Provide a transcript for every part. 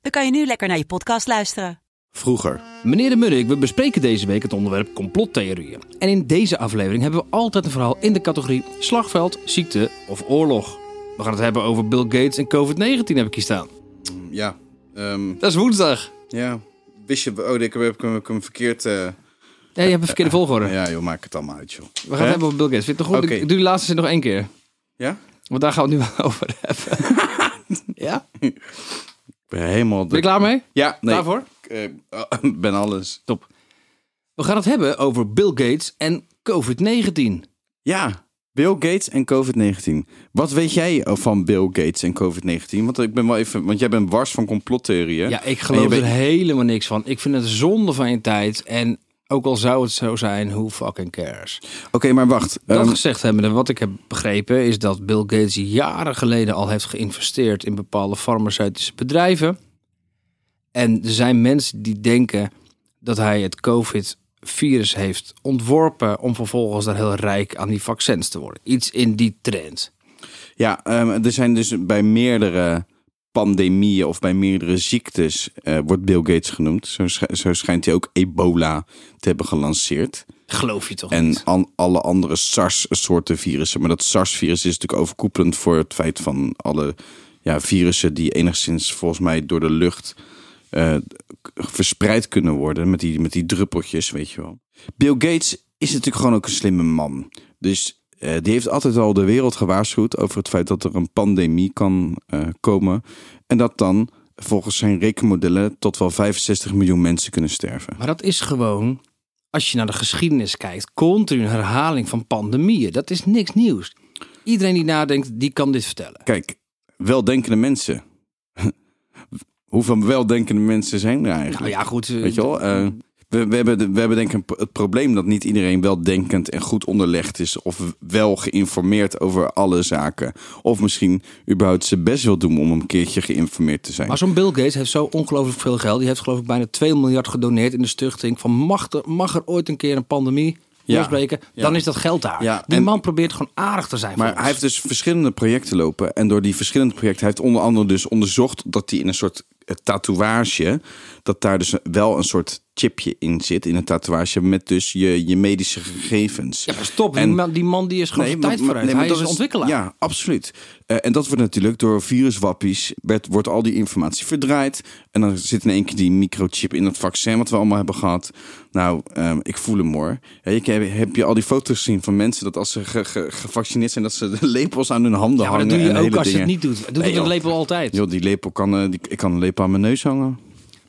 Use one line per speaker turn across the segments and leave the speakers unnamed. dan kan je nu lekker naar je podcast luisteren.
Vroeger.
Meneer de Munnik, we bespreken deze week het onderwerp complottheorieën. En in deze aflevering hebben we altijd een verhaal in de categorie slagveld, ziekte of oorlog. We gaan het hebben over Bill Gates en COVID-19 heb ik hier staan.
Ja. ehm,
Dat is woensdag.
ja. Wist je... Oh, ik heb, heb ik hem- heb ik hem verkeerd... eh,
Ja, je hebt een verkeerde volgorde. We
Ja, joh, maak het allemaal uit, joh.
gaan het hebben over Bill Gates. Vind je het nog goed?
Oké.
Ik doe die laatste zin nog één keer.
Ja?
Want daar gaan we het nu wel over hebben. ja? Ben
Ik ben helemaal...
je klaar mee?
Ja, nee.
Daarvoor?
Ik eh, ben alles.
Top. We gaan het hebben over Bill Gates en COVID-19.
Ja. Bill Gates en COVID-19. Wat weet jij van Bill Gates en COVID-19? Want ik ben wel even... Want jij bent wars van complottheorieën.
Ja, ik
En
geloof
je
er
bent-
helemaal niks van. Ik vind het zonde van je tijd. En ook al zou het zo zijn, who fucking cares?
Oké, maar wacht.
Dat
Ehm,
gezegd hebbende, wat ik heb begrepen is dat Bill Gates jaren geleden al heeft geïnvesteerd in bepaalde farmaceutische bedrijven. En er zijn mensen die denken dat hij het COVID-virus heeft ontworpen om vervolgens daar heel rijk aan die vaccins te worden. Iets in die trend.
Ja, ehm, er zijn dus bij meerdere pandemieën of bij meerdere ziektes eh, wordt Bill Gates genoemd. Zo, sch- zo schijnt hij ook ebola te hebben gelanceerd.
Geloof je toch
En
niet?
an- alle andere SARS-soorten virussen. Maar dat SARS-virus is natuurlijk overkoepelend voor het feit van alle ja, virussen die enigszins volgens mij door de lucht eh, k- verspreid kunnen worden. Met die, met die druppeltjes, weet je wel. Bill Gates is natuurlijk gewoon ook een slimme man. Dus eh, die heeft altijd al de wereld gewaarschuwd over het feit dat er een pandemie kan eh, komen. En dat dan volgens zijn rekenmodellen tot wel 65 miljoen mensen kunnen sterven.
Maar dat is gewoon, als je naar de geschiedenis kijkt, continu een herhaling van pandemieën. Dat is niks nieuws. Iedereen die nadenkt, die kan dit vertellen.
Kijk, weldenkende mensen. Hoeveel weldenkende mensen zijn er eigenlijk?
Nou ja, goed. eh,
Weet je wel? eh, we, we, hebben, de- we hebben denk ik een pro- het probleem dat niet iedereen weldenkend en goed onderlegd is. Of wel geïnformeerd over alle zaken. Of misschien überhaupt zijn best wil doen om een keertje geïnformeerd te zijn.
Maar zo'n Bill Gates heeft zo ongelooflijk veel geld. Die heeft geloof ik bijna 2 miljard gedoneerd in de stichting. Van mag er, mag er ooit een keer een pandemie
Ja.
losbreken, dan
Ja.
is dat geld daar.
Ja,
Die
en-
man probeert gewoon aardig te zijn. voor
Maar hij
ons.
heeft dus verschillende projecten lopen. En door die verschillende projecten, hij heeft onder andere dus onderzocht dat hij in een soort eh, tatoeage, dat daar dus wel een soort chipje in zit, in een tatoeage, met dus je, je medische gegevens.
Ja, maar stop. die,
En-
man, die man die is gewoon zijn
maar-
tijd
maar-
vooruit.
nee, maar
hij is
dat
een ontwikkelaar.
Ja, absoluut. Eh, en dat wordt natuurlijk door viruswappies, werd, wordt al die informatie verdraaid. En dan zit in één keer die microchip in dat vaccin wat we allemaal hebben gehad. Nou, ehm, ik voel hem hoor. Hè, ik heb, heb je al die foto's gezien van mensen dat als ze ge- ge- gevaccineerd zijn, dat ze de lepels aan hun handen
Ja, maar
hangen.
dat doe je
en
ook
eh, hele
als je het
dingen.
niet doet. Doe
Nee,
het met
joh.
lepel altijd.
Joh, die lepel kan, eh, die, ik kan een lepel aan mijn neus hangen.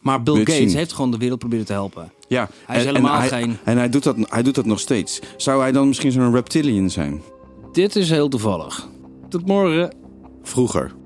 maar Bill
wil je het
Gates
zien?
heeft gewoon de wereld proberen te helpen.
Ja,
Hij is helemaal
hij,
geen-
En hij doet, dat, hij doet dat nog steeds. Zou hij dan misschien zo'n reptilian zijn?
Dit is heel toevallig. Tot morgen.
Vroeger.